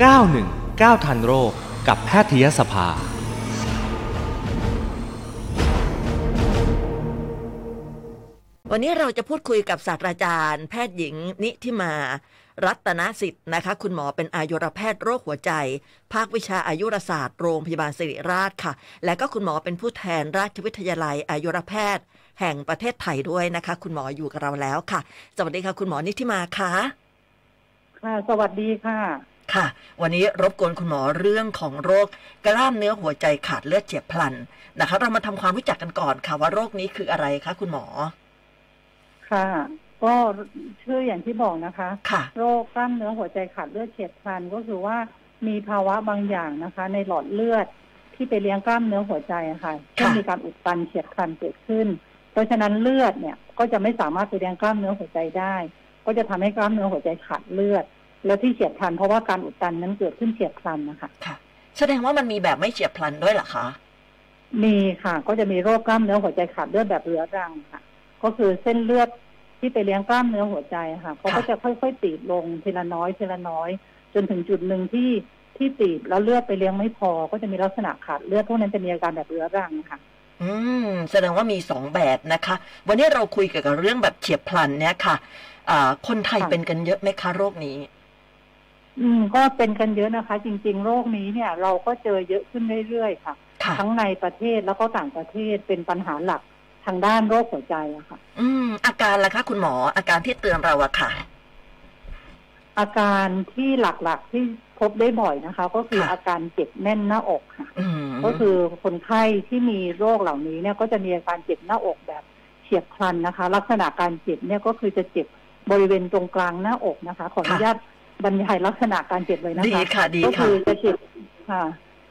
919 ทันโรคกับแพทยสภา วันนี้เราจะพูดคุยกับศาสตราจารย์ แพทย์หญิง นิธิมา รัตนสิทธิ์นะคะ คุณหมอเป็นอายุรแพทย์โรคหัวใจ ภาควิชาอายุรศาสตร์โรงพยาบาลสิริราชค่ะ และก็คุณหมอเป็นผู้แทนราชวิทยาลัยอายุรแพทย์ แห่งประเทศไทยด้วยนะคะ คุณหมออยู่กับเราแล้วค่ะ สวัสดีค่ะ คุณหมอนิธิมาค่ะ ค่ะสวัสดีค่ะ ค่ะ วันนี้รบกวนคุณหมอเรื่องของโรคกล้ามเนื้อหัวใจขาดเลือดเฉียบพลันนะคะ เรามาทำความรู้จักกันก่อนค่ะ ว่าโรคนี้คืออะไรคะคุณหมอ ค่ะ ก็ชื่ออย่างที่บอกนะคะ ค่ะ โรคกล้ามเนื้อหัวใจขาดเลือดเฉียบพลันก็คือว่ามีภาวะบางอย่างนะคะ ในหลอดเลือดที่ไปเลี้ยงกล้ามเนื้อหัวใจอะค่ะ ค่ะ ก็มีการอุดตันเฉียบพลันเกิดขึ้น เพราะฉะนั้นเลือดเนี่ยก็จะไม่สามารถไปเลี้ยงกล้ามเนื้อหัวใจได้ ก็จะทำให้กล้ามเนื้อหัวใจขาดเลือด และที่เฉียบพลันเพราะว่าการอุดตันนั้นเกิดขึ้นเฉียบพลันนะคะ ค่ะ แสดงว่ามันมีแบบไม่เฉียบพลันด้วยเหรอคะ มีค่ะ ก็จะมีโรคกล้ามเนื้อหัวใจขาดเลือดแบบเรื้อรังค่ะ ก็คือเส้นเลือดที่ไปเลี้ยงกล้ามเนื้อหัวใจค่ะเขาก็จะค่อยๆตีบลงทีละน้อยทีละน้อย จนถึงจุดหนึ่งที่ที่ตีบแล้วเลือดไปเลี้ยงไม่พอ ก็จะมีลักษณะขาดเลือดพวกนั้นจะมีอาการแบบเรื้อรังค่ะ อืม แสดงว่ามีสองแบบนะคะ วันนี้เราคุยเกี่ยวกับเรื่องแบบเฉียบพลันเนี่ยค่ะอ่าคนไทย ค่ะ เป็นกันเยอะไหมคะโรคนี้ อืมก็เป็นกันเยอะนะคะ จริง ๆ โรคนี้เนี่ย เราก็เจอเยอะขึ้นเรื่อยๆค่ะ ค่ะ ทั้งในประเทศแล้วก็ต่างประเทศเป็นปัญหาหลักทางด้านโรคหัวใจอะค่ะ อืม อาการล่ะคะคุณหมออาการที่เตือนเราอะค่ะ อาการที่หลักๆที่พบได้บ่อยนะคะ ก็คือ ค่ะ อาการเจ็บแน่นหน้าอกค่ะ อืม ก็คือคนไข้ที่มีโรคเหล่านี้เนี่ยก็จะมีอาการเจ็บหน้าอกแบบเฉียบพลันนะคะ ลักษณะการเจ็บเนี่ยก็คือจะเจ็บบริเวณตรงกลางหน้าอกนะคะ ขออนุญาตบรรยายลักษณะการเจ็บเลยนะ ดี คะ ค่ะดี ก็ ค่ะ คือจะเจ็บค่ะ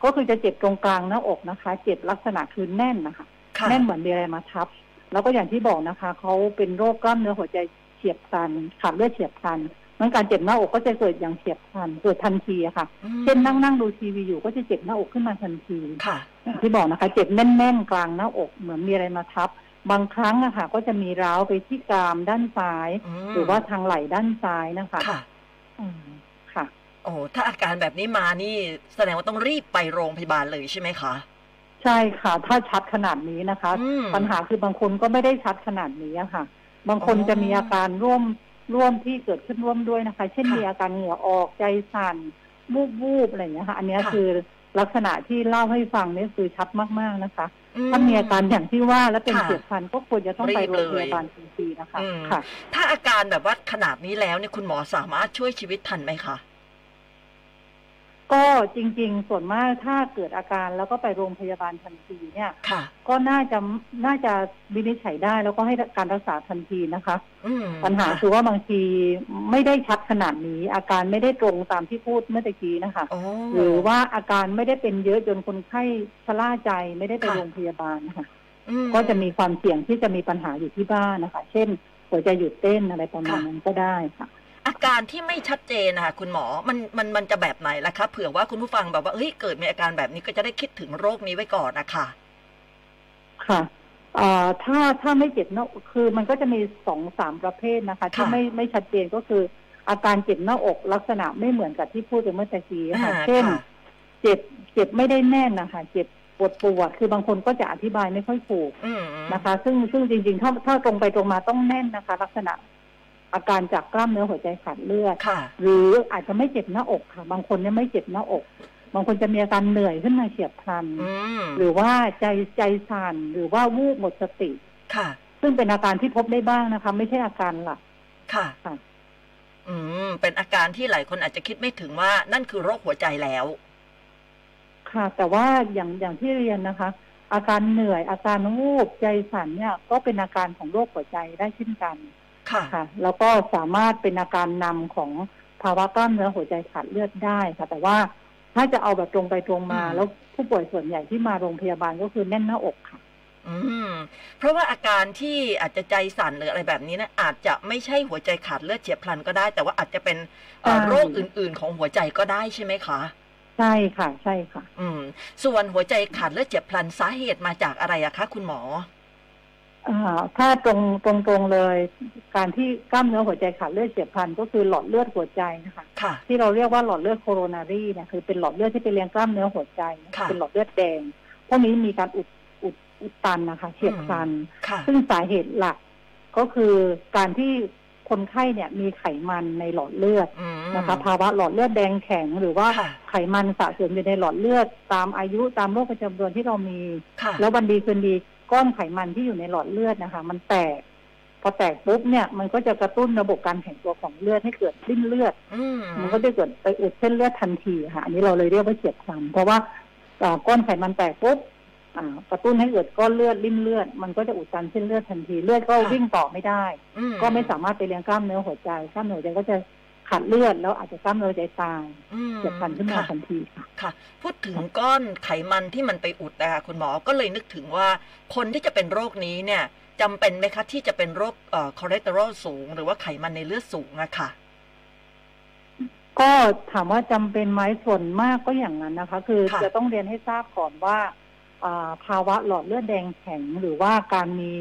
ก็คือจะเจ็บตรงกลางหน้าอกนะคะ เจ็บลักษณะคือแน่นนะคะ ค่ะ แน่นเหมือนมีอะไรมาทับ แล้วก็อย่างที่บอกนะคะเขาเป็นโรคกล้ามเนื้อหัวใจเฉียบพลันขาดเลือดเฉียบพลันมันการเจ็บหน้าอกก็จะเกิดอย่างเฉียบพลันเกิดทันทีอะค่ะ อืม เช่นนั่งนั่งดูทีวีอยู่ก็จะเจ็บหน้าอกขึ้นมาทันที ค่ะ อย่างที่บอกนะคะ เจ็บแน่นๆกลางหน้าอกเหมือนมีอะไรมาทับ บางครั้งนะคะก็จะมีร้าวไปที่กรามด้านซ้าย อืม หรือว่าทางไหล่ด้านซ้ายนะคะ ค่ะ อืมค่ะ โอ้ถ้าอาการแบบนี้มานี่ แสดงว่าต้องรีบไปโรงพยาบาลเลยใช่ไหมคะ ใช่ค่ะ ถ้าชัดขนาดนี้นะคะ อืม ปัญหาคือบางคนก็ไม่ได้ชัดขนาดนี้อะค่ะ บางคน อ๋อ จะมีอาการร่วมร่วมที่เกิดขึ้นร่วมด้วยนะคะ เช่น ค่ะ มีอาการเหงื่อออกใจสั่นวูบวูบๆอะไรอย่างเงี้ยค่ะ อันเนี้ย ค่ะ คือลักษณะที่เล่าให้ฟังเนี่ยคือชัดมากๆนะคะ อื ถ้ามีอาการอย่างที่ว่าและเป็น ค่ะ เฉียบพลันก็ควรจะต้องไปโรงรีพบเลย ยาบาลทันทีนะคะ อืม ค่ะ ถ้าอาการแบบว่าขนาดนี้แล้วเนี่ยคุณหมอสามารถช่วยชีวิตทันไหมคะ ก็จริง ๆ ส่วนมากถ้าเกิดอาการแล้วก็ไปโรงพยาบาลทันทีเนี่ย ค่ะ ก็น่าจะน่าจะวินิจฉัยได้แล้วก็ให้การรักษาทันทีนะคะ อืม ปัญหา ค่ะ คือว่าบางทีไม่ได้ชัดขนาดนี้ อาการไม่ได้ตรงตามที่พูดเมื่อตะกี้นะคะ โอ้ หรือว่าอาการไม่ได้เป็นเยอะจนคนไข้ชะล่าใจไม่ได้ไป ค่ะ โรงพยาบาลนะคะ อืม ก็จะมีความเสี่ยงที่จะมีปัญหาอยู่ที่บ้านนะคะ เช่นหัวใจหยุดเต้นอะไรประมาณ ค่ะ นั้นก็ได้ค่ะ อาการที่ไม่ชัดเจนนะคะคุณหมอมันมันมันจะแบบไหนล่ะคะเผื่อว่าคุณผู้ฟังแบบว่าเฮ้ยเกิดมีอาการแบบนี้ก็จะได้คิดถึงโรคนี้ไว้ก่อนนะคะ ค่ะเอ่อถ้าถ้าไม่เจ็บหน้าคือมันก็จะมีสองสามประเภทนะคะ ที่ ค่ะ ไม่ไม่ชัดเจนก็คืออาการเจ็บหน้าอกลักษณะไม่เหมือนกับที่พูดไปเมื่อตะกี้ค่ะ อ่า เช่น ค่ะ เจ็บเจ็บไม่ได้แน่นนะคะเจ็บปวดปวด คือบางคนก็จะอธิบายไม่ค่อยถูก อืม นะคะ ซึ่งซึ่งจริงๆ ถ้าถ้าตรงไปตรงมาต้องแน่นนะคะ ลักษณะอาการจากกล้ามเนื้อหัวใจขาดเลือด ค่ะ หรืออาจจะไม่เจ็บหน้าอกค่ะ บางคนเนี่ยไม่เจ็บหน้าอก บางคนจะมีอาการเหนื่อยขึ้นมาเฉียบพลัน อืม หรือว่าใจใจสั่นหรือว่าวูบหมดสติ ค่ะ ซึ่งเป็นอาการที่พบได้บ้างนะคะ ไม่ใช่อาการหลัก ค่ะ ค่ะ อืม เป็นอาการที่หลายคนอาจจะคิดไม่ถึงว่านั่นคือโรคหัวใจแล้ว ค่ะ แต่ว่าอย่างอย่างที่เรียนนะคะ อาการเหนื่อยอาการวูบใจสั่นเนี่ยก็เป็นอาการของโรคหัวใจได้เช่นกัน ค่ะ ค่ะ แล้วก็สามารถเป็นอาการนำของภาวะกล้ามเนื้อหัวใจขาดเลือดได้ค่ะ แต่ว่าถ้าจะเอาแบบตรงไปตรงมา อืม แล้วผู้ป่วยส่วนใหญ่ที่มาโรงพยาบาลก็คือแน่นหน้าอกค่ะ อืม เพราะว่าอาการที่อาจจะใจสั่นหรืออะไรแบบนี้เนะอาจจะไม่ใช่หัวใจขาดเลือดเฉียบพลันก็ได้ แต่ว่าอาจจะเป็นเอ่อ ใช่ โรคอื่น ๆ ของหัวใจก็ได้ใช่ไหมคะ ใช่ค่ะ ใช่ค่ะ อืม ส่วนหัวใจขาดเลือดเฉียบพลันสาเหตุมาจากอะไรอะคะ คุณหมอ อ่าถ้าตรงตรงตรงๆเลย การที่กล้ามเนื้อหัวใจขาดเลือดเฉียบพลันก็คือหลอดเลือดหัวใจนะคะ ค่ะ ที่เราเรียกว่าหลอดเลือดโคโรนารีเนี่ยคือเป็นหลอดเลือดที่ไปเลี้ยงกล้ามเนื้อหัวใจนะ ค่ะ เป็นหลอดเลือดแดงพวกนี้มีการอุดอุดอุดตันนะคะเฉียบพลัน ค่ะ ซึ่งสาเหตุหลักก็คือการที่คนไข้เนี่ยมีไขมันในหลอดเลือด อืม นะคะภาวะหลอดเลือดแดงแข็ง หรือว่า ค่ะ ไขมันสะสมอยู่ในหลอดเลือด ตามอายุตามโรคประจำตัวที่เรามี ค่ะ แล้ววันดีคืนดีก้อนไขมันที่อยู่ในหลอดเลือดนะคะ มันแตก พอแตกปุ๊บเนี่ยมันก็จะกระตุ้นระบบการแข็งตัวของเลือดให้เกิดริ่นเลือด อืม มันก็จะเกิดไปอุดเส้นเลือดทันทีค่ะ อันนี้เราเลยเรียกว่าเฉียบพลันเพราะว่าเอ่อก้อนไขมันแตกปุ๊บอ่ากระตุ้นให้เกิดก้อนเลือดริ่มเลือด มันก็จะอุดตันเส้นเลือดทันทีเลือดก็วิ่งต่อไม่ได้ อื ก็ไม่สามารถไปเลี้ยงกล้ามเนื้อหัวใจกล้ามเนื้อหัวใจก็จะขาดเลือดแล้วอาจจะกล้ามเนื้อหัวใจตาย อืม เฉียบพลันขึ้นมา ค่ะ ทันทีค่ะ ค่ะพูดถึงก้อนไขมันที่มันไปอุดนะคะคุณหมอก็เลยนึกถึงว่า คนที่จะเป็นโรคนี้เนี่ยจำเป็นไหมคะที่จะเป็นโรคเอ่อคอเลสเตอรอลสูง หรือว่าไขมันในเลือดสูงอะค่ะ ก็ถามว่าจำเป็นไหมส่วนมากก็อย่างนั้นนะคะ คือ ค่ะ จะต้องเรียนให้ทราบก่อนว่าอ่าภาวะหลอดเลือดแดงแข็ง หรือว่าการมี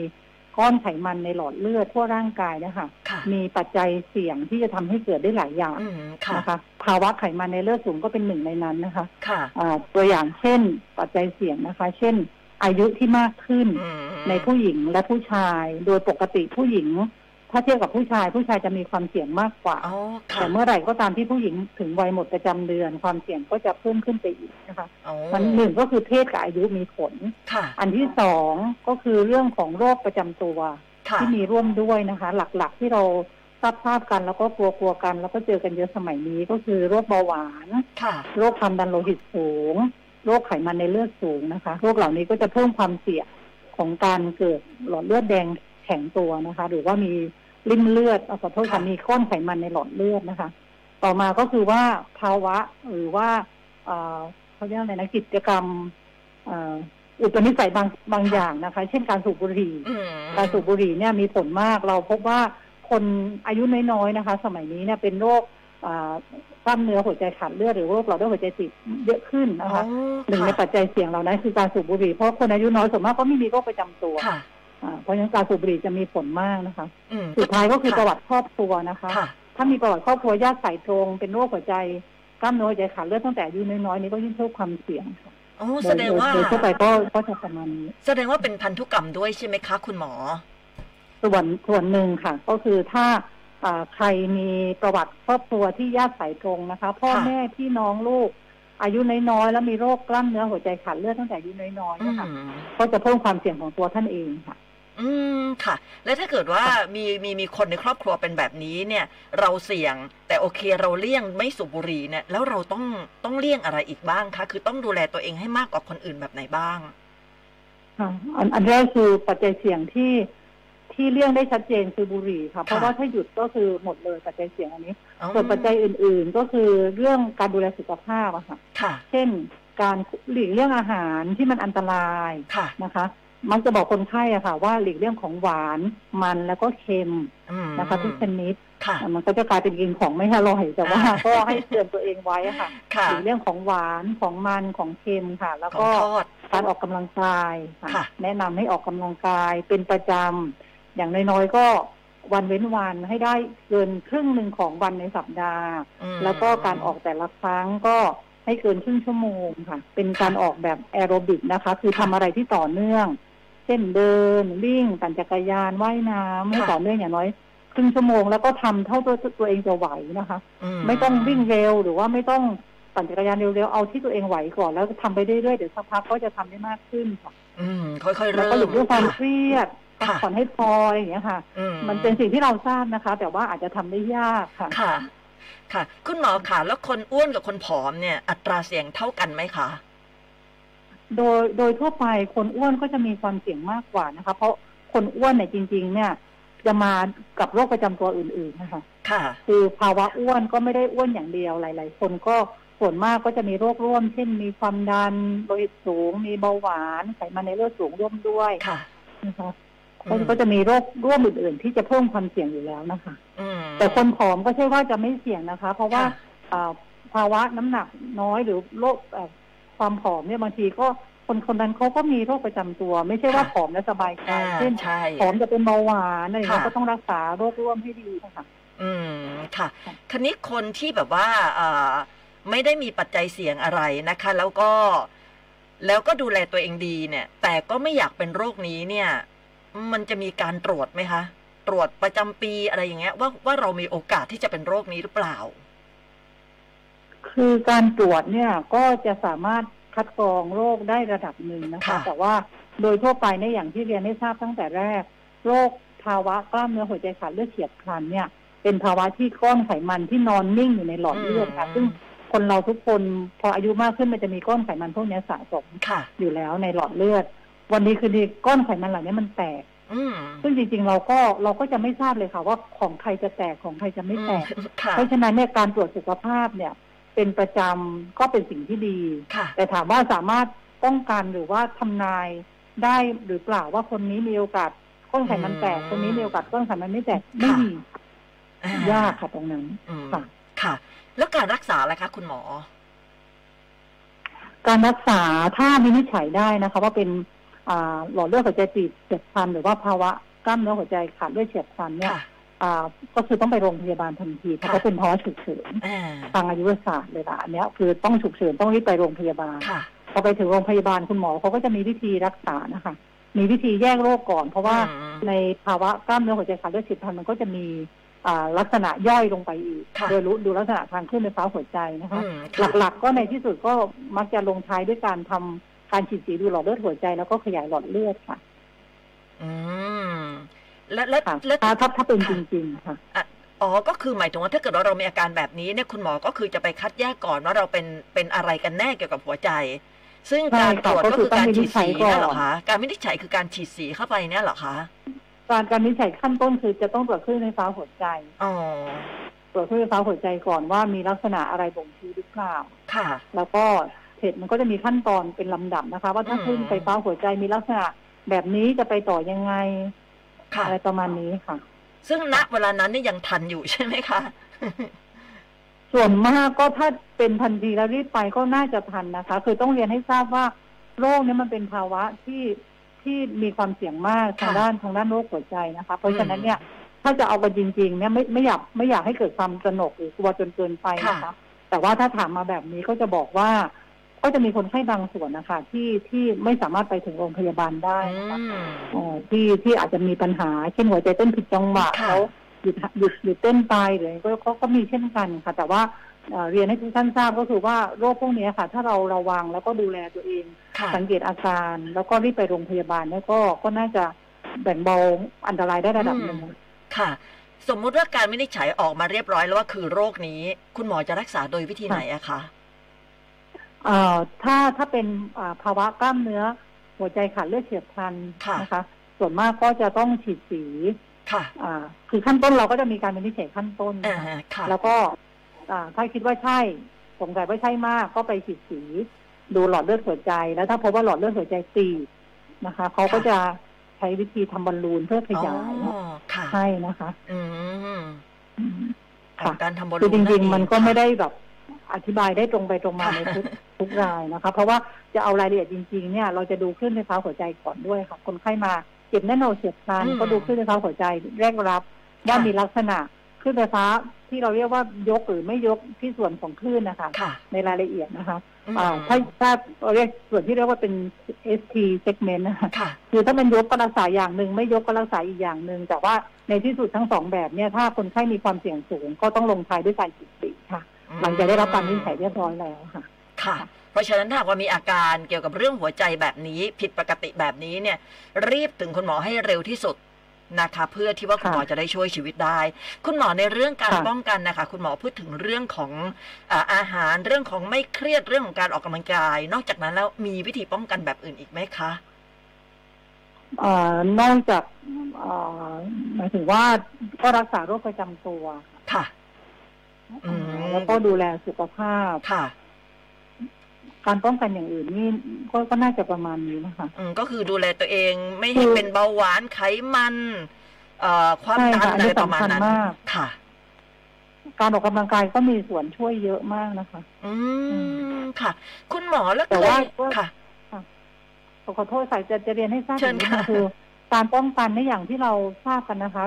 ก้อนไขมันในหลอดเลือดทั่วร่างกายเนะคะ ค่ะ มีปัจจัยเสี่ยงที่จะทำให้เกิดได้หลายอย่าง อืมค่ะ นะคะ ภาวะไขมันในเลือดสูงก็เป็นหนึ่งในนั้นนะคะ ค่ะ อ่าตัวอย่างเช่น ปัจจัยเสี่ยงนะคะ เช่น อายุที่มากขึ้น อืม ในผู้หญิงและผู้ชาย โดยปกติผู้หญิง ถ้าเทียบกับผู้ชาย ผู้ชายจะมีความเสี่ยงมากกว่า อ๋อค่ะ แต่เมื่อไหร่ก็ตามที่ผู้หญิงถึงวัยหมดประจำเดือน ความเสี่ยงก็จะเพิ่มขึ้นไปอีกนะคะ อ๋อ มันหนึ่งก็คือเพศกับอายุมีผล ค่ะ อันที่สองก็คือเรื่องของโรคประจำตัว ค่ะ ที่มีร่วมด้วยนะคะ หลักๆที่เราทราบทราบๆกันแล้วก็กลัวกลัวๆกัน แล้วก็เจอกันเยอะสมัยนี้ก็คือโรคเบาหวาน ค่ะ โรคความดันโลหิตสูง โรคไขมันในเลือดสูงนะคะ โรคเหล่านี้ก็จะเพิ่มความเสี่ยงของการเกิดหลอดเลือดแดงแข็งตัวนะคะ หรือว่ามีริ่มเลือดเอาขอโทษค่ะมีก้อนไขมันในหลอดเลือดนะคะ ต่อมาก็คือว่าภาวะหรือว่าเอ่อเขาเรียกอะไรนะกิจกรรมเอ่ออุปนิสัยบางบางอย่างนะคะ เช่นการสูบบุหรี่ อืม การสูบบุหรี่เนี่ยมีผลมาก เราพบว่าคนอายุน้อยๆนะคะ สมัยนี้เนี่ยเป็นโรคอ่ากล้ามเนื้อหัวใจขาดเลือดหรือโรคหลอดเลือดหัวใจติดเยอะขึ้น อ๋อ นะคะหนึ่ง ค่ะ ในปัจจัยเสี่ยงเหล่านั้นคือการสูบบุหรี่เพราะคนอายุน้อยส่วนมากก็ไม่มีโรคประจำตัว ค่ะ อ่าเพราะฉะนั้นการสูบบุหรี่จะมีผลมากนะคะ อืม สุดท้ายก็คือประวั ค ติครอบครัวนะคะ ่ะค่ะ ถ้ามีประวัติครอบครัวญาติสายตรง เป็นโรคหัวใจกล้ามเนื้อหัวใจขาดเลือดตั้งแต่อายุน้อยๆนี่ก็ยิ่งเพิ่มความเสี่ยงค่ะ อ๋อ โด แส ย ดงว่า โดยทั่วไปก็ก็จะประมาณนี้ แสดงว่าเป็นพันธุกรรมด้วยใช่ไหมคะ คุณหมอ ส่วนส่วนหนึ่งค่ะ ก็คือถ้าอ่าใครมีประวัติครอบครัวที่ญาติสายตรงนะคะ พ่อ ค่ะ แม่พี่น้องลูก อายุน้อยๆแล้วมีโรคกล้ามเนื้อหัวใจขาดเลือดตั้งแต่อายุน้อยๆ ื นะคะ ม ก็จะเพิ่มความเสี่ยงของตัวท่านเองค่ะ อืมค่ะ แล้วถ้าเกิดว่ามีมีมีคนในครอบครัวเป็นแบบนี้เนี่ย เราเสี่ยงแต่โอเคเราเลี่ยงไม่สูบบุหรี่เนี่ยแล้วเราต้องต้องเลี่ยงอะไรอีกบ้างคะคือต้องดูแลตัวเองให้มากกว่าคนอื่นแบบไหนบ้าง ค่ะอันอันแรกคือปัจจัยเสี่ยงที่ที่เลี่ยงได้ชัดเจนคือบุหรี่ค่ะ เพราะ ค่ะ ว่าถ้าหยุดก็คือหมดเลยปัจจัยเสี่ยงอันนี้ อ๋อ ส่วนปัจจัยอื่น ๆ ก็คือเรื่องการดูแลสุขภาพอะค่ะ ค่ะ เช่น การหลีกเลี่ยงอาหารที่มันอันตราย ค่ะ นะคะ มักจะบอกคนไข้อะค่ะ ว่าหลีกเลี่ยงของหวานมันแล้วก็เค็ม อืม นะคะทุกชนิด ค่ะ มันก็จะกลายเป็นกินของไม่อร่อย แต่ว่า อ่า ก็ให้เตือนตัวเองไว้อะค่ะ ค่ะ หลีกเลี่ยงของหวานของมันของเค็มค่ะ แล้ว ของ ก็ ทอด การออกกำลังกายค่ะ ค่ะ แนะนำให้ออกกำลังกายเป็นประจำอย่างน้อยๆก็วันเว้นวันให้ได้เกินครึ่งหนึ่งของวันในสัปดาห์ อืม แล้วก็การออกแต่ละครั้งก็ให้เกินครึ่งชั่วโมงค่ะ เป็นการออกแบบแอโรบิกนะคะ คือทำอะไรที่ต่อเนื่อง เช่นเดิน วิ่งปั่นจักรยานว่ายน้ำให้ต่อเนื่องอย่างน้อย ครึ่งชั่วโมงแล้วก็ทำเท่าตัวตัวเองจะไหวนะคะ ไม่ต้องวิ่งเร็วหรือว่าไม่ต้องปั่นจักรยานเร็วๆเอาที่ตัวเองไหวก่อนแล้วทำไปเรื่อยๆเดี๋ยวสักพักก็จะทำได้มากขึ้นค่ะ อืมค่อยๆ แล้ว เริ่ม ก็หยุดด้วยความ ค่ะ เครียดพัก ค่ะ ผ่อนให้พออะไรอย่างเงี้ยค่ะ อื มันเป็นสิ่งที่เราทราบนะคะ แต่ว่าอาจจะทำได้ยากค่ะ ค่ะ ค่ะ คุณหมอค่ะแล้วคนอ้วนกับคนผอมเนี่ย อัตราเสี่ยงเท่ากันไหมคะ โดยโดยทั่วไปคนอ้วนก็จะมีความเสี่ยงมากกว่านะคะ เพราะคนอ้วนเนี่ยจริง ๆ เนี่ย จะมากับโรคประจำตัวอื่นๆนะคะ ค่ะ คือภาวะอ้วนก็ไม่ได้อ้วนอย่างเดียวหลาย ๆ คนก็ส่วนมากก็จะมีโรคร่วม เช่นมีความดันโลหิตสูง มีเบาหวานไขมันในเลือดสูงร่วมด้วย ค่ะ นะคะ อืม ก็จะมีโรคร่วมอื่น ๆ ที่จะเพิ่มความเสี่ยงอยู่แล้วนะคะ อืม แต่คนผอมก็ใช่ว่าจะไม่เสี่ยงนะคะ เพราะว่า ค่ะ เอ่อภาวะน้ำหนักน้อยหรือโรคเอ่อความผอมเนี่ยบางทีก็คนคนนั้นเขาก็มีโรคประจำตัว ไม่ใช่ว่าผอมแล้วสบายใจ อ่า เช่น ใช่ ผอมจะเป็นเบาหวานอะไรอย่างเงี้ย ค่ะ ก็ต้องรักษาโรคร่วมให้ดีนะคะ อืมค่ะ คันนี้คนที่แบบว่าเอ่อไม่ได้มีปัจจัยเสี่ยงอะไรนะคะ แล้วก็แล้วก็ดูแลตัวเองดีเนี่ย แต่ก็ไม่อยากเป็นโรคนี้เนี่ย มันจะมีการตรวจไหมคะ ตรวจประจำปีอะไรอย่างเงี้ยว่าว่าเรามีโอกาสที่จะเป็นโรคนี้หรือเปล่า คือการตรวจเนี่ยก็จะสามารถคัดกรองโรคได้ระดับหนึ่งนะคะ ค่ะ แต่ว่าโดยทั่วไปในยอย่างที่เรียนให้ทราบตั้งแต่แรก โรคภาวะกล้ามเนื้อหัวใจขาดเลือดเฉียบพลันเนี่ย เป็นภาวะที่ก้อนไขมันที่นอนนิ่งอยู่ในหลอดเลือดค่ะ ซึ่งคนเราทุกคนพออายุมากขึ้นมันจะมีก้อนไขมันพวกเนี้ยสะสม ค่ะ อยู่แล้วในหลอดเลือด วันนี้คือดีก้อนไขมันเหล่านี้มันแตก อืม ซึ่งจริงๆเราก็เราก็จะไม่ทราบเลยค่ะ ว่าของใครจะแตกของใครจะไม่แตก อืมค่ะ เพราะฉะนั้นเนี่ยการตรวจสุขภาพเนี่ย เป็นประจำก็เป็นสิ่งที่ดี ค่ะ แต่ถามว่าสามารถป้องกันหรือว่าทำนายได้หรือเปล่าว่าคนนี้มีโอกาสก้นไขมันแตก อืม คนนี้มีโอกาสก้นไขมันไม่แตกไม่ ค่ะ มี อ่ ยากค่ะตรงนั้น อืม ค่ะ ค่ะ แล้วการรักษาล่ะคะ คุณหมอ การรักษาถ้าวินิจฉัยได้นะคะ ว่าเป็นอ่าหลอดเลือดหัวใจตีบเฉียบพลันหรือว่าภาวะกล้ามเนื้อหัวใจขาดเลือดเฉียบพลันเนี่ย ค่ะ อ่าก็คือต้องไปโรงพยาบาลทันทีเพราะว่าเป็นภาวะฉุกเฉิน อ่า ทางอายุรศาสตร์เลยล่ะอันเนี้ยคือต้องฉุกเฉินต้องรีบไปโรงพยาบาล ค่ะ พอไปถึงโรงพยาบาลคุณหมอเขาก็จะมีวิธีรักษานะคะ มีวิธีแยกโรคก่อน เพราะว่า อืม ในภาวะกล้ามเนื้อหัวใจขาดเลือดเฉียบพลันมันก็จะมีอ่าลักษณะย่อยลงไปอีก ค่ะ โดยรู้ดูลักษณะทางคลื่นไฟฟ้าหัวใจนะคะ อืมค่ะ หลักๆ ก็ในที่สุดก็มักจะลงท้ายด้วยการทำการฉีดสีดูหลอดเลือดหัวใจแล้วก็ขยายหลอดเลือดค่ะ อืมและและ ค่ะ และ ถ้าถ้าถ้าเป็นจริงๆค่ะ อ๋อก็คือหมายถึงว่าถ้าเกิดว่าเรามีอาการแบบนี้เนี่ยคุณหมอก็คือจะไปคัดแยกก่อนว่าเราเป็นเป็นอะไรกันแน่เกี่ยวกับหัวใจ ซึ่ง ใช่ การ ค่ะ ตรวจก็คือการฉีดสี ก็คือต้องวินิจฉัยก่อน นั่นเหรอคะการวินิจฉัยคือการฉีดสีเข้าไปเนี่ยเหรอคะ การการวินิจฉัยขั้นต้นคือจะต้องตรวจคลื่นไฟฟ้าหัวใจ อ๋อ ตรวจคลื่นไฟฟ้าหัวใจก่อนว่ามีลักษณะอะไรบ่งชี้หรือเปล่า ค่ะ แล้วก็เพจมันก็จะมีขั้นตอนเป็นลำดับนะคะ ว่าถ้า อืม คลื่นไฟฟ้าหัวใจมีลักษณะแบบนี้จะไปต่อยังไง ค่ะ อะไรประมาณนี้ค่ะ ซึ่งณเวลานั้นเนี่ยยังทันอยู่ใช่ไหมคะ ส่วนมากก็ถ้าเป็นทันทีแล้วรีบไปก็น่าจะทันนะคะ คือต้องเรียนให้ทราบว่าโรคเนี้มันเป็นภาวะที่ที่มีความเสี่ยงมาก ค่ะ ทางด้านทางด้านโรคหัวใจนะคะ เพราะฉะนั้น อืม เนี่ยถ้าจะเอากันจริงๆเนี่ยไม่ไม่อยากไม่อยากให้เกิดความตระหนกหรือกลัวจนเกินไปนะ ค่ะ คะ แต่ว่าถ้าถามมาแบบนี้ก็จะบอกว่า ก็จะมีคนไข้บางส่วนนะคะที่ที่ไม่สามารถไปถึงโรงพยาบาลได้ อื นะคะ ม เอ่อที่ที่อาจจะมีปัญหา เช่นหัวใจเต้นผิดจังหวะ ค่ะ แล้วหยุดหยุดหยุดเต้นไปหรืออะไรก็ก็ก็มีเช่นกันค่ะ แต่ว่าเอ่อเรียนให้ทุกท่านทราบก็คือว่าโรคพวกนี้ค่ะ ถ้าเราระวังแล้วก็ดูแลตัวเอง ค่ะ สังเกตอาการ แล้วก็รีบไปโรงพยาบาลเนี่ยก็ก็น่าจะแบ่งเบาอันตรายได้ระดับหนึ่ง ค่ะ สมมุติว่าการวินิจฉัยออกมาเรียบร้อยแล้วว่าคือโรคนี้ คุณหมอจะรักษาโดยวิธีไหนอะคะ เอ่อถ้าถ้าเป็นอ่าภาวะกล้ามเนื้อ หัวใจขาดเลือดเฉียบพลัน ค่ะ นะคะ ส่วนมากก็จะต้องฉีดสี ค่ะ อ่าคือขั้นต้นเราก็จะมีการวินิจฉัยขั้นต้น อ่า นะคะ ค่ะ แล้วก็อ่าถ้าคิดว่าใช่สงสัยว่าใช่มากก็ไปฉีดสี ดูหลอดเลือดหัวใจ แล้วถ้าพบว่าหลอดเลือดหัวใจตีบนะคะเขาก็ ค่ะ จะใช้วิธีทำบอลลูนเพื่อขยาย อ๋อค่ะ ใช่นะคะ อืม อืม ค่ะ การทำบอลลูน คือจริง เอ ๆ มันก็ไม่ ค่ะ ได้แบบอธิบายได้ตรงไปตรงมา ค่ะ ในทุกทุกรายนะคะ เพราะว่าจะเอารายละเอียดจริงๆ เนี่ย เราจะดูคลื่นไฟฟ้าหัวใจก่อนด้วยค่ะ คนไข้มาเจ็บแน่นอนเสียบพลัน อืม ก็ดูคลื่นไฟฟ้าหัวใจแรกรับว่ามีลักษณะคลื่นไฟฟ้าที่เราเรียกว่ายกหรือไม่ยกที่ส่วนของคลื่นนะคะ ค่ะ ในรายละเอียดนะคะ อืม อ่าถ้าถ้าเราเรียกส่วนที่เรียกว่าเป็น ST segment นะคะ ค่ะ คือถ้ามันยกก็รักษาอย่างหนึ่งไม่ยกก็รักษาอีกอย่างหนึ่งแต่ว่าในที่สุดทั้งสองแบบเนี่ยถ้าคนไข้มีความเสี่ยงสูงก็ต้องลงท้ายด้วยการฉีดสีค่ะ หลังจากได้รับการวินิจฉัยเรียบร้อยแล้วค่ะ ค่ะ เพราะฉะนั้นถ้าหากว่ามีอาการเกี่ยวกับเรื่องหัวใจแบบนี้ผิดปกติแบบนี้เนี่ย รีบถึงคุณหมอให้เร็วที่สุดนะคะ เพื่อที่ว่าคุณ ค่ะ หมอจะได้ช่วยชีวิตได้ คุณหมอในเรื่องการ ค่ะ ป้องกันนะคะ คุณหมอพูดถึงเรื่องของเอ่ออาหารเรื่องของไม่เครียดเรื่องของการออกกำลังกาย นอกจากนั้นแล้วมีวิธีป้องกันแบบอื่นอีกไหมคะ เอ่อนอกจากเอ่อหมายถึงว่าก็รักษาโรคประจำตัว ค่ะ อืม แล้วก็ดูแลสุขภาพ ค่ะ การป้องกันอย่างอื่นนี่ก็ก็น่าจะประมาณนี้นะคะ อืมก็คือดูแลตัวเองไม่ให้ คือ เป็นเบาหวานไขมันเอ่อความดันใช่ค่ะอะอันนี้ ไรประมาณ สำคัญ นั้น มาก ค่ะ การออกกำลังกายก็มีส่วนช่วยเยอะมากนะคะ อืมค่ะ คุณหมอแล้ว แต่ว่า เคยค่ะ ขอโทษสายจะจะเรียนให้ทราบ เชิญ อย่างนี้ ค่ะ นคือ การป้องกันในอย่างที่เราทราบกันนะคะ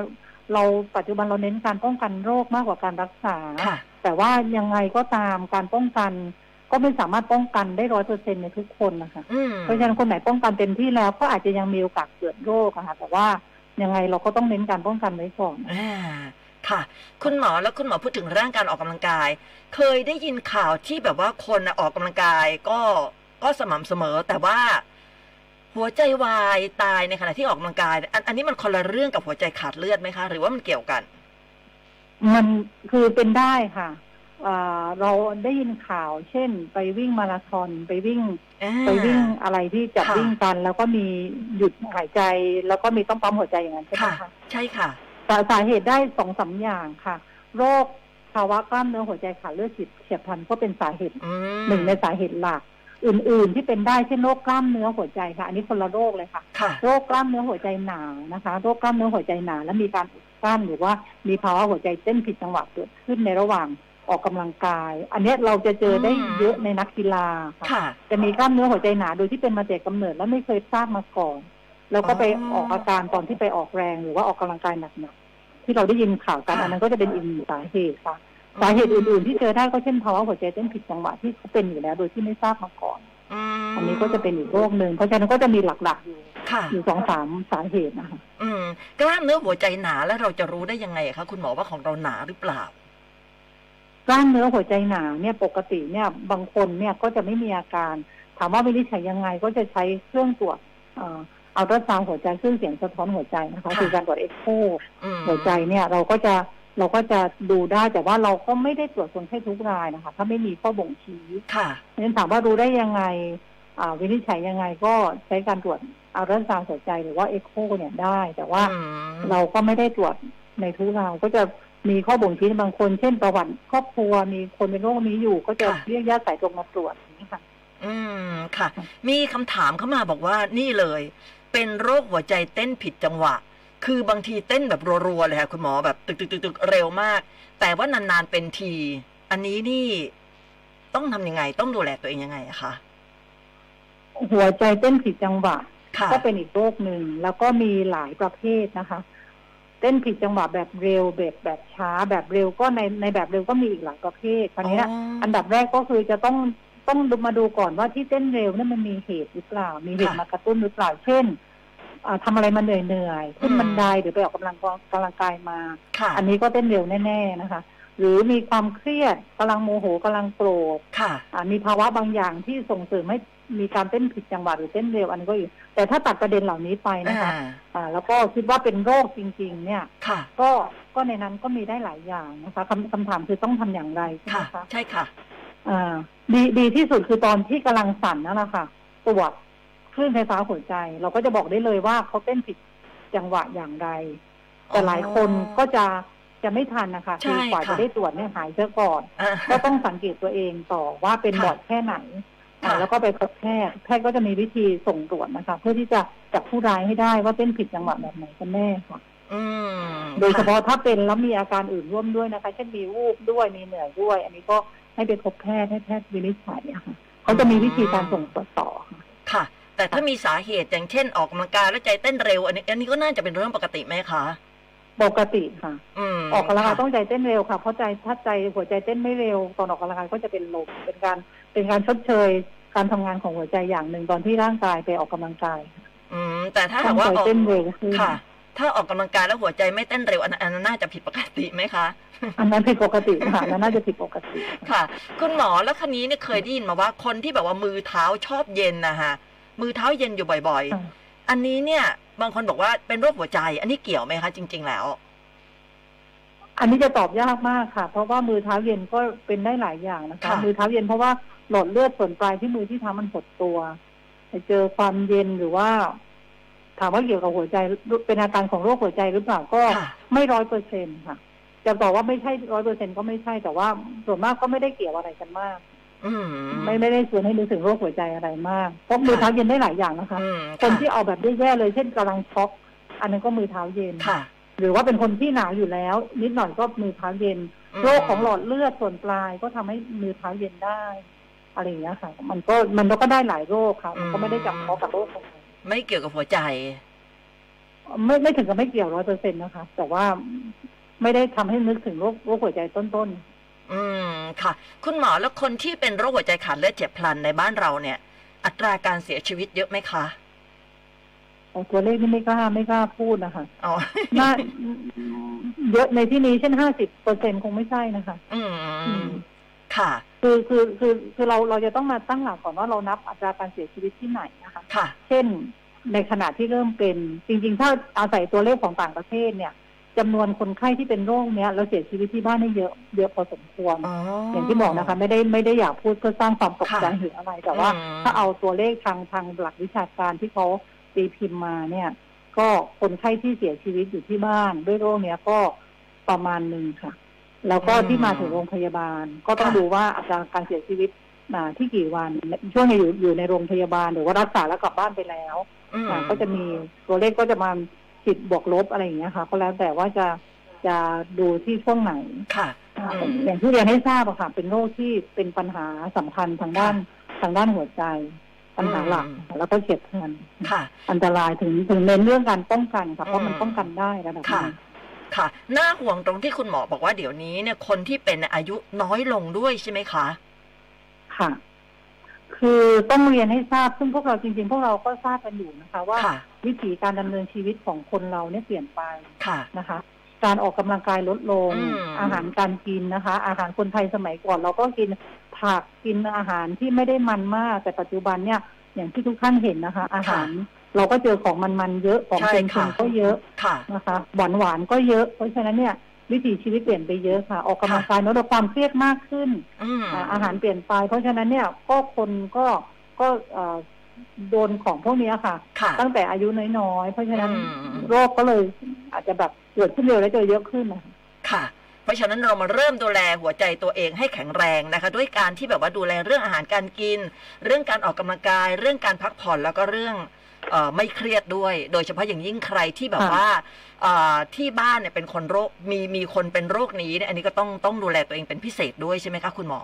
เราปัจจุบันเราเน้นการป้องกันโรคมากกว่าการรักษา ค่ะ แต่ว่ายังไงก็ตามการป้องกัน ก็ไม่สามารถป้องกันได้ร้อยเปอร์เซ็นในทุกคนนะคะ อืม เพราะฉะนั้นคนไหนป้องกันเต็มที่แล้วก็อาจจะยังมีโอกาสเกิดโรคอะค่ะแต่ว่ายังไงเราก็ต้องเน้นการป้องกันไว้ก่อน อ่าค่ะ คุณหมอแล้วคุณหมอพูดถึงเรื่องการออกกำลังกาย เคยได้ยินข่าวที่แบบว่าคนน่ะออกกำลังกาย ก็ก็สม่ำเสมอ แต่ว่า หัวใจวายตายในขณะที่ออกกำลังกาย อันอันนี้มันคนละเรื่องกับหัวใจขาดเลือดไหมคะ หรือว่ามันเกี่ยวกัน มันคือเป็นได้ค่ะเอ่อเราได้ยินข่าว เช่น ไปวิ่งมาราธอนไปวิ่ง ไปวิ่งอะไรที่จับ ค่ะ วิ่งกัน แล้วก็มีหยุดหายใจ แล้วก็มีต้องปั๊มหัวใจอย่างนั้นใช่ไหม ค่ะ คะ ใช่ค่ะ สาสาเหตุได้สองสามอย่างค่ะ โรคภาวะกล้ามเนื้อหัวใจขาดเลือดฉีดเฉียบพลันก็เป็นสาเหตุ อืม หนึ่งในสาเหตุหลัก อื่น ๆ ที่เป็นได้เช่นโรคกล้ามเนื้อหัวใจค่ะ อันนี้คนละโรคเลยค่ะ ค่ะ โรคกล้ามเนื้อหัวใจหนานะคะ โรคกล้ามเนื้อหัวใจหนา และมีการอุดกั้นหรือว่ามีภาวะหัวใจเต้นผิดจังหวะเกิดขึ้นในระหว่างออกกำลังกาย อันเนี้ยเราจะเจอได้เยอะในนักกีฬาค่ะ ค่ะ จะมีกล้ามเนื้อหัวใจหนาโดยที่เป็นมาแต่กำเนิดแล้วไม่เคยทราบมาก่อน แล้วก็ไป อ๋อ ออกอาการตอนที่ไปออกแรงหรือว่าออกกำลังกายหนักๆที่เราได้ยินข่าวกัน ค่ะ อันนั้นก็จะเป็นอีกหนึ่งสาเหตุค่ะ สาเหตุอื่นๆ ที่เจอได้ก็เช่นภาวะหัวใจเต้นผิดจังหวะที่เขาเป็นอยู่แล้วโดยที่ไม่ทราบมาก่อน อืม อันนี้ก็จะเป็นอีกโรคหนึ่งเพราะฉะนั้นก็จะมีหลักๆอยู่ ค่ะ อยู่สองสามสาเหตุนะคะ อืมกล้ามเนื้อหัวใจหนาแล้วเราจะรู้ได้ยังไงคะคุณหมอว่าของเราหนาหรือเปล่า กล้ามเนื้อหัวใจหนาเนี่ยปกติเนี่ยบางคนเนี่ยก็จะไม่มีอาการ ถามว่าวินิจฉัยยังไงก็จะใช้เครื่องตรวจเอาตราซาวหัวใจเครื่องเสียงสะท้อนหัวใจนะคะ ค่ะ คือการตรวจเอ็กโค อืม หัวใจเนี่ยเราก็จะเราก็จะดูได้แต่ว่าเราก็ไม่ได้ตรวจคนไข้ทุกรายนะคะ ถ้าไม่มีข้อบ่งชี้ ค่ะ เพราะฉะนั้นถามว่ารู้ได้ยังไงอ่าวินิจฉัยยังไงก็ใช้การตรวจเอาตราซาวหัวใจหรือว่าเอ็กโคเนี่ยได้ แต่ว่า อืม เราก็ไม่ได้ตรวจในทุกเรายก็จะมีข้อบ่งชี้ในบางคน เช่นประวัติครอบครัวมีคนเป็นโรคนี้อยู่ ก็จะ ค่ะ เรียกญาติสายตรงมาตรวจอย่างนี้ค่ะ อืมค่ะ มีคำถามเข้ามาบอกว่านี่เลย เป็นโรคหัวใจเต้นผิดจังหวะ คือบางทีเต้นแบบรัวๆเลยค่ะคุณหมอแบบตึกตึกตึกตึกเร็วมาก แต่ว่านานๆเป็นที อันนี้นี่ต้องทำยังไง ต้องดูแลตัวเองยังไงอะคะ หัวใจเต้นผิดจังหวะ ค่ะ ก็เป็นอีกโรคหนึ่งแล้วก็มีหลายประเภทนะคะ เต้นผิดจังหวะแบบเร็วแบบแบบช้าแบบเร็วก็ในในแบบเร็วก็มีอีกหลายประเภทคราวนี้นะอันดับแรกก็คือจะต้องต้องดูมาดูก่อนว่าที่เต้นเร็วเนี่ยมันมีเหตุหรือเปล่า มีเหตุมากระตุ้นหรือเปล่าเช่นอ่าทำาอะไรมาเหนื่อยเหนื่อยๆขึ้นบันไดหรือไปออกกำลังกายกำลังกายมา ค่ะ อันนี้ก็เต้นเร็วแน่ ๆนะคะ หรือมีความเครียดกำลังโมโหกำลังโกรธ ค่ะ อ่ามีภาวะบางอย่างที่ส่งเสริมให้มีการเต้นผิดจังหวะหรือเต้นเร็วอันนี้ก็อยู่ แต่ถ้าตัดประเด็นเหล่านี้ไปนะคะ อ่า อ่าแล้วก็คิดว่าเป็นโรคจริง ๆ เนี่ย ค่ะ ก็ก็ในนั้นก็มีได้หลายอย่างนะคะคำคำถามคือต้องทำอย่างไรใช่ไห ค่ะ มคะ ใช่ค่ะ อ่าดีดีที่สุดคือตอนที่กำลังสั่นนั่นแหละค่ะตรวจคลื่นไฟฟ้าหัวใจ เราก็จะบอกได้เลยว่าเขาเต้นผิดจังหวะอย่างไร แต่หลายคนก็จะจะไม่ทันนะคะ ใช่ คืกว่า ค่ะ จะได้ตรวจเนี่ยหายเสียก่อน อ่า ก็ต้องสังเกตตัวเองต่อว่าเป็น ค่ะ บอดแค่ไหนอ่า ค่ะ แล้วก็ไปพบแพทย์แพทย์ก็จะมีวิธีส่งตรวจนะคะ เพื่อที่จะจับผู้ร้ายให้ได้ว่าเต้นผิดจังหวะแบบไหนกันแน่ค่ะ อืม โดยเฉ ค่ะ พาะถ้าเป็นแล้วมีอาการอื่นร่วมด้วยนะคะ เช่นมีวูบด้วยมีเหนื่อยด้วย อันนี้ก็ให้ไปพบแพทย์ให้แพทย์วินิจฉัยอะค่ะเขาจะมีวิธีการส่งตรวจต่อค่ะ ค่ะ แต่ถ้ามีสาเหตุอย่างเช่นออกกำลังกายแล้วใจเต้นเร็ว อันนี้อันนี้ก็น่าจะเป็นเรื่องปกติไหมคะ ปกติค่ะ อืม ออกกำลังกาย ค่ะ ต้องใจเต้นเร็วค่ะ เพราะใจถ้าใจหัวใจเต้นไม่เร็วตอนออกกำลังกายก็จะเป็นลมเป็นการเป็นการชดเชย การทำงานของหัวใจอย่างหนึ่งตอนที่ร่างกายไปออกกำลังกาย อืมแต่ถ้าหา ต้ ก อง ว่า ใจ ออก เต้นเร็วขึ้น ค่ะ ถ้าออกกำลังกายแล้วหัวใจไม่เต้นเร็วอันอันนั้นน่าจะผิดปกติไหมคะ อันนั้นผิดปกติค่ะอันนั้นน่าจะผิดปกติ ค่ะ คุณหมอแล้วคันนี้เนี่ยเคยได้ยินมาว่าคนที่แบบว่ามือเท้าชอบเย็นนะฮะมือเท้าเย็นอยู่บ่อย ค่ะ ๆ อันนี้เนี่ย บางคนบอกว่าเป็นโรคหัวใจ อันนี้เกี่ยวไหมคะ จริง ๆ แล้ว อันนี้จะตอบยากมากค่ะ เพราะว่ามือเท้าเย็นก็เป็นได้หลายอย่างนะคะ ค่ะ มือเท้าเย็นเพราะว่าหลอดเลือดส่วนปลายที่มือที่เท้ามันหดตัวไปเจอความเย็นหรือว่า ถามว่าเกี่ยวกับหัวใจเป็นอาการของโรคหัวใจหรือเปล่าก็ ค่ะ ไม่ร้อยเปอร์เซ็นค่ะ จะบอกว่าไม่ใช่ร้อยเปอร์เซ็นก็ไม่ใช่แต่ว่าส่วนมากก็ไม่ได้เกี่ยวอะไรกันมาก อืม ไม่ไม่ได้ชวนให้นึกถึงโรคหัวใจอะไรมากเพราะมือเท้าเย็นได้หลายอย่างนะคะ อืม คนที่เอาแบบแย่ๆเลยเช่นกำลังช็อกอันนั้นก็มือเท้าเย็น ค่ะ หรือว่าเป็นคนที่หนาวอยู่แล้ว นิดหน่อยก็มือเท้าเย็น ม โรคของหลอดเลือดส่วนปลายก็ทำให้มือเท้าเย็นได้ อะไรอย่างเงี้ยค่ะ มันก็มันก็ได้หลายโรคค่ะ มันก็ไม่ได้จำเพาะกับโรคของ ไม่เกี่ยวกับหัวใจ ไม่ไม่ถึงกับไม่เกี่ยวร้อยเปอร์เซ็นนะคะ แต่ว่าไม่ได้ทำให้นึกถึงโรคโรคหัวใจต้นๆ อืมค่ะ คุณหมอแล้วคนที่เป็นโรคหัวใจขาดเลือดเฉียบพลันในบ้านเราเนี่ย อัตราการเสียชีวิตเยอะไหมคะ โอ้ตัวเลขนี่ไม่กล้าไม่กล้าพูด นะคะ อ๋อ น่าเยอะในที่นี้เช่นห้าสิบเปอร์เซ็นคงไม่ใช่นะคะ อื อื ม ม ค่ะ คือคือคือคือเราเราจะต้องมาตั้งหลักก่อนว่าเรานับอัตราการเสียชีวิตที่ไหนนะคะ ค่ะ เช่นในขณะที่เริ่มเป็นจริง ๆ ถ้าอาศัยตัวเลขของต่างประเทศเนี่ยจำนวนคนไข้ที่เป็นโรคเนี้ยเราเสียชีวิตที่บ้านได้เยอะเยอะพอสมควร อ๋อ อ อ ย่างที่บอกนะคะ ไม่ได้ไม่ได้อยากพูดเพื่อสร้างความตกใจ ค่ะ หรืออะไร แต่ว่า อืม ถ้าเอาตัวเลขทางทางหลักวิชาการที่เขาตีพิมพ์มาเนี่ย ก็คนไข้ที่เสียชีวิตอยู่ที่บ้าน ด้วยโรคเนี้ยก็ประมาณหนึ่งค่ะ แล้วก็ที่มาถึงโรงพยาบาล ก็ต้องดูว่าอาการการเสียชีวิตมาที่กี่วันช่วงนี้อยู่อยู่ในโรงพยาบาลหรือว่ารักษาแล้วกลับบ้านไปแล้ว อืม อ่ะก็จะมีตัวเลขก็จะมาสิบบวกลบอะไรอย่างเงี้ยค่ะ ก็แล้วแต่ว่าจะจะดูที่ช่วงไหน ค่ะ อืม อย่างที่เรียนให้ทราบอะค่ะ เป็นโรคที่เป็นปัญหาสำคัญทางด้านทางด้านหัวใจ ปัญหาหลัก อืม แล้วก็เฉียบพลัน ค่ะ อันตรายถึงถึงเน้นเรื่องการป้องกันค่ะอืเพราะ ม มันป้องกันได้ระดับห ค่ะ นึง ค่ะ น่าห่วงตรงที่คุณหมอบอกว่าเดี๋ยวนี้เนี่ยคนที่เป็นอายุน้อยลงด้วยใช่ไหมคะ ค่ะ คือต้องเรียนให้ทราบซึ่งพวกเราจริง ๆ พวกเราก็ทราบกันอยู่นะคะ ว่า ค่ะ วิถีการดำเนินชีวิตของคนเราเนี่ยเปลี่ยนไป ค่ะ นะคะการออกกำลังกายลดลง อืม อาหารการกินนะคะ อาหารคนไทยสมัยก่อน เราก็กินผักกินอาหารที่ไม่ได้มันมาก แต่ปัจจุบันเนี่ย อย่างที่ทุกท่านเห็นนะคะ อาหารเราก็เจอของมันๆเยอะของ ใช่ เค็ ค่ะ มๆก็เยอะ ค่ะ นะคะหวานหวานๆก็เยอะเพราะฉะนั้นเนี่ย วิถีชีวิตเปลี่ยนไปเยอะค่ะ ออกกำลังกายลดความเครียดมากขึ้น อืม อ่าอาหารเปลี่ยนไป เพราะฉะนั้นเนี่ยก็คนก็ก็เอ่อโดนของพวกเนี้ยค่ะ ค่ะ ตั้งแต่อายุน้อยๆ เพราะฉะนั้น อืม โรคก็เลยอาจจะแบบเกิดขึ้นเร็วและเจอเยอะขึ้นนะคะ ค่ะ เพราะฉะนั้นเรามาเริ่มดูแลหัวใจตัวเองให้แข็งแรงนะคะ ด้วยการที่แบบว่าดูแลเรื่องอาหารการกิน เรื่องการออกกำลังกาย เรื่องการพักผ่อนแล้วก็เรื่องเอ่อไม่เครียดด้วย โดยเฉพาะอย่างยิ่งใครที่แบบว่าเอ่อที่บ้านเนี่ยเป็นคนโรคมีมีคนเป็นโรคนี้เนี่ยอันนี้ก็ต้องต้องดูแลตัวเองเป็นพิเศษด้วยใช่ไหมคะคุณหมอ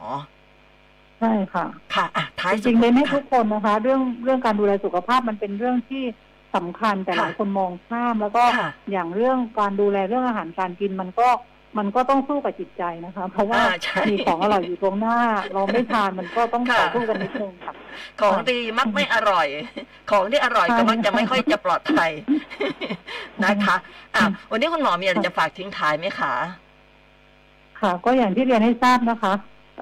ใช่ค่ะ ค่ะอ่ะท้าย จ สุด ริงๆเลยไม่ทุ ค่ะ กคนนะคะ เรื่องเรื่องการดูแลสุขภาพมันเป็นเรื่องที่สำคัญแต่หลาย ค่ะ คนมองข้ามแล้วก็ ค่ะ อย่างเรื่องการดูแลเรื่องอาหารการกินมันก็มันก็ต้องสู้กับจิตใจนะคะ เพราะว่า อ่าใช่ มีของอร่อยอยู่ตรงหน้า เราไม่ทานมันก็ต้อง ค่ะ ต่อสู้กันนิดนึงค่ะ ของดีมักไม่อร่อย ของที่อร่อยก็มักจะไม่ค่อยจะปลอดภัยนะคะอ่ะวันนี้คุณหมอมีอะไรจะฝากทิ้งท้ายไหมคะ ค่ะก็อย่างที่เรียนให้ทราบนะคะ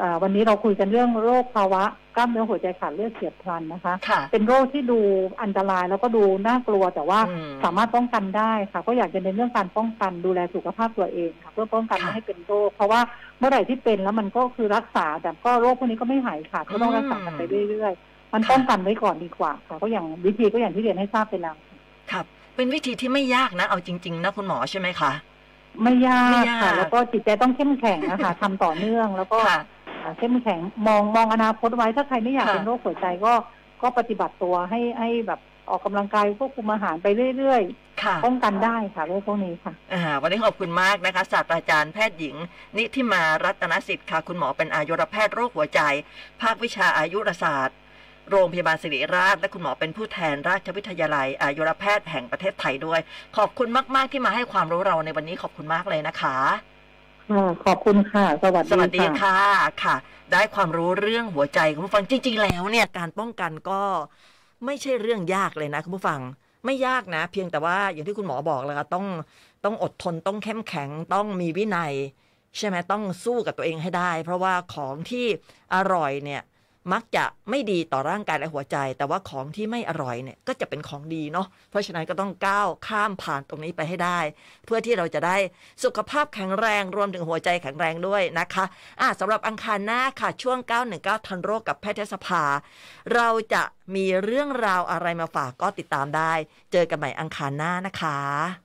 อ่าวันนี้เราคุยกันเรื่องโรคภาวะกล้ามเนื้อหัวใจขาดเลือดเฉียบพลันนะคะ ค่ะ เป็นโรคที่ดูอันตรายแล้วก็ดูน่ากลัวแต่ว่า อืม สามารถป้องกันได้ค่ะ ก็อยากจะเน้นเรื่องการป้องกันดูแลสุขภาพตัวเองค่ะ เพื่อป้องกัน ค่ะ ไม่ให้เป็นโรค เพราะว่าเมื่อไหร่ที่เป็นแล้วมันก็คือรักษา แต่ก็โรคพวกนี้ก็ไม่หายขาดก็ต้องรักษากันไปเรื่อยๆมัน ค่ะ ป้องกันไว้ก่อนดีกว่าค่ะก็อย่างวิธีก็อย่างที่เรียนให้ทราบไปแล้ว ครับ เป็นวิธีที่ไม่ยากนะ เอาจริง ๆ นะคุณหมอใช่ไหมคะ ไม่ยา ไม่ ก ยาก ค่ะ แล้วก็จิตใจต้องเข้มแข็ง นะคะทำต่อเนื่องแล้วก็ ค่ะ อ่าเข้มแข็งมองมองอนาคตไว้ถ้าใครไม่อยาก ค่ะ เป็นโรคหัวใจก็ก็ปฏิบัติตัวให้ให้แบบออกกำลังกายควบคุมอาหารไปเรื่อย ค่ะ ๆ ป้องกันได้ค่ะโรคพวกนี้ค่ะ อ่าวันนี้ขอบคุณมากนะคะ ศาสตราจารย์แพทย์หญิง นิธิมารัตนสิทธิ์ค่ะ คุณหมอเป็นอายุรแพทย์โรคหัวใจ ภาควิชาอายุรศาสตร์ โรงพยาบาลศิริราช และคุณหมอเป็นผู้แทนราชวิทยาลัย อายุรแพทย์แห่งประเทศไทยด้วย ขอบคุณมากๆที่มาให้ความรู้เราในวันนี้ขอบคุณมากเลยนะคะ ค่ะ ขอบคุณค่ะ สวัส สวัส ดี ดี ค่ะ ค่ะ ค่ะ ได้ความรู้เรื่องหัวใจคุณผู้ฟังจริง ๆ แล้วเนี่ยการป้องกันก็ไม่ใช่เรื่องยากเลยนะคุณผู้ฟังไม่ยากนะ เพียงแต่ว่าอย่างที่คุณหมอบอกเลยค่ะต้องต้องอดทนต้องเข้มแข็งต้องมีวินัย ใช่ไหมต้องสู้กับตัวเองให้ได้ เพราะว่าของที่อร่อยเนี่ยมักจะไม่ดีต่อร่างกายและหัวใจ แต่ว่าของที่ไม่อร่อยเนี่ยก็จะเป็นของดีเนาะเพราะฉะนั้นก็ต้องก้าวข้ามผ่านตรงนี้ไปให้ได้ เพื่อที่เราจะได้สุขภาพแข็งแรงรวมถึงหัวใจแข็งแรงด้วยนะคะอ่ะสำหรับอังคารหน้าค่ะ ช่วง 919 ทันโรคกับแพทยสภา เราจะมีเรื่องราวอะไรมาฝากก็ติดตามได้ เจอกันใหม่อังคารหน้านะคะ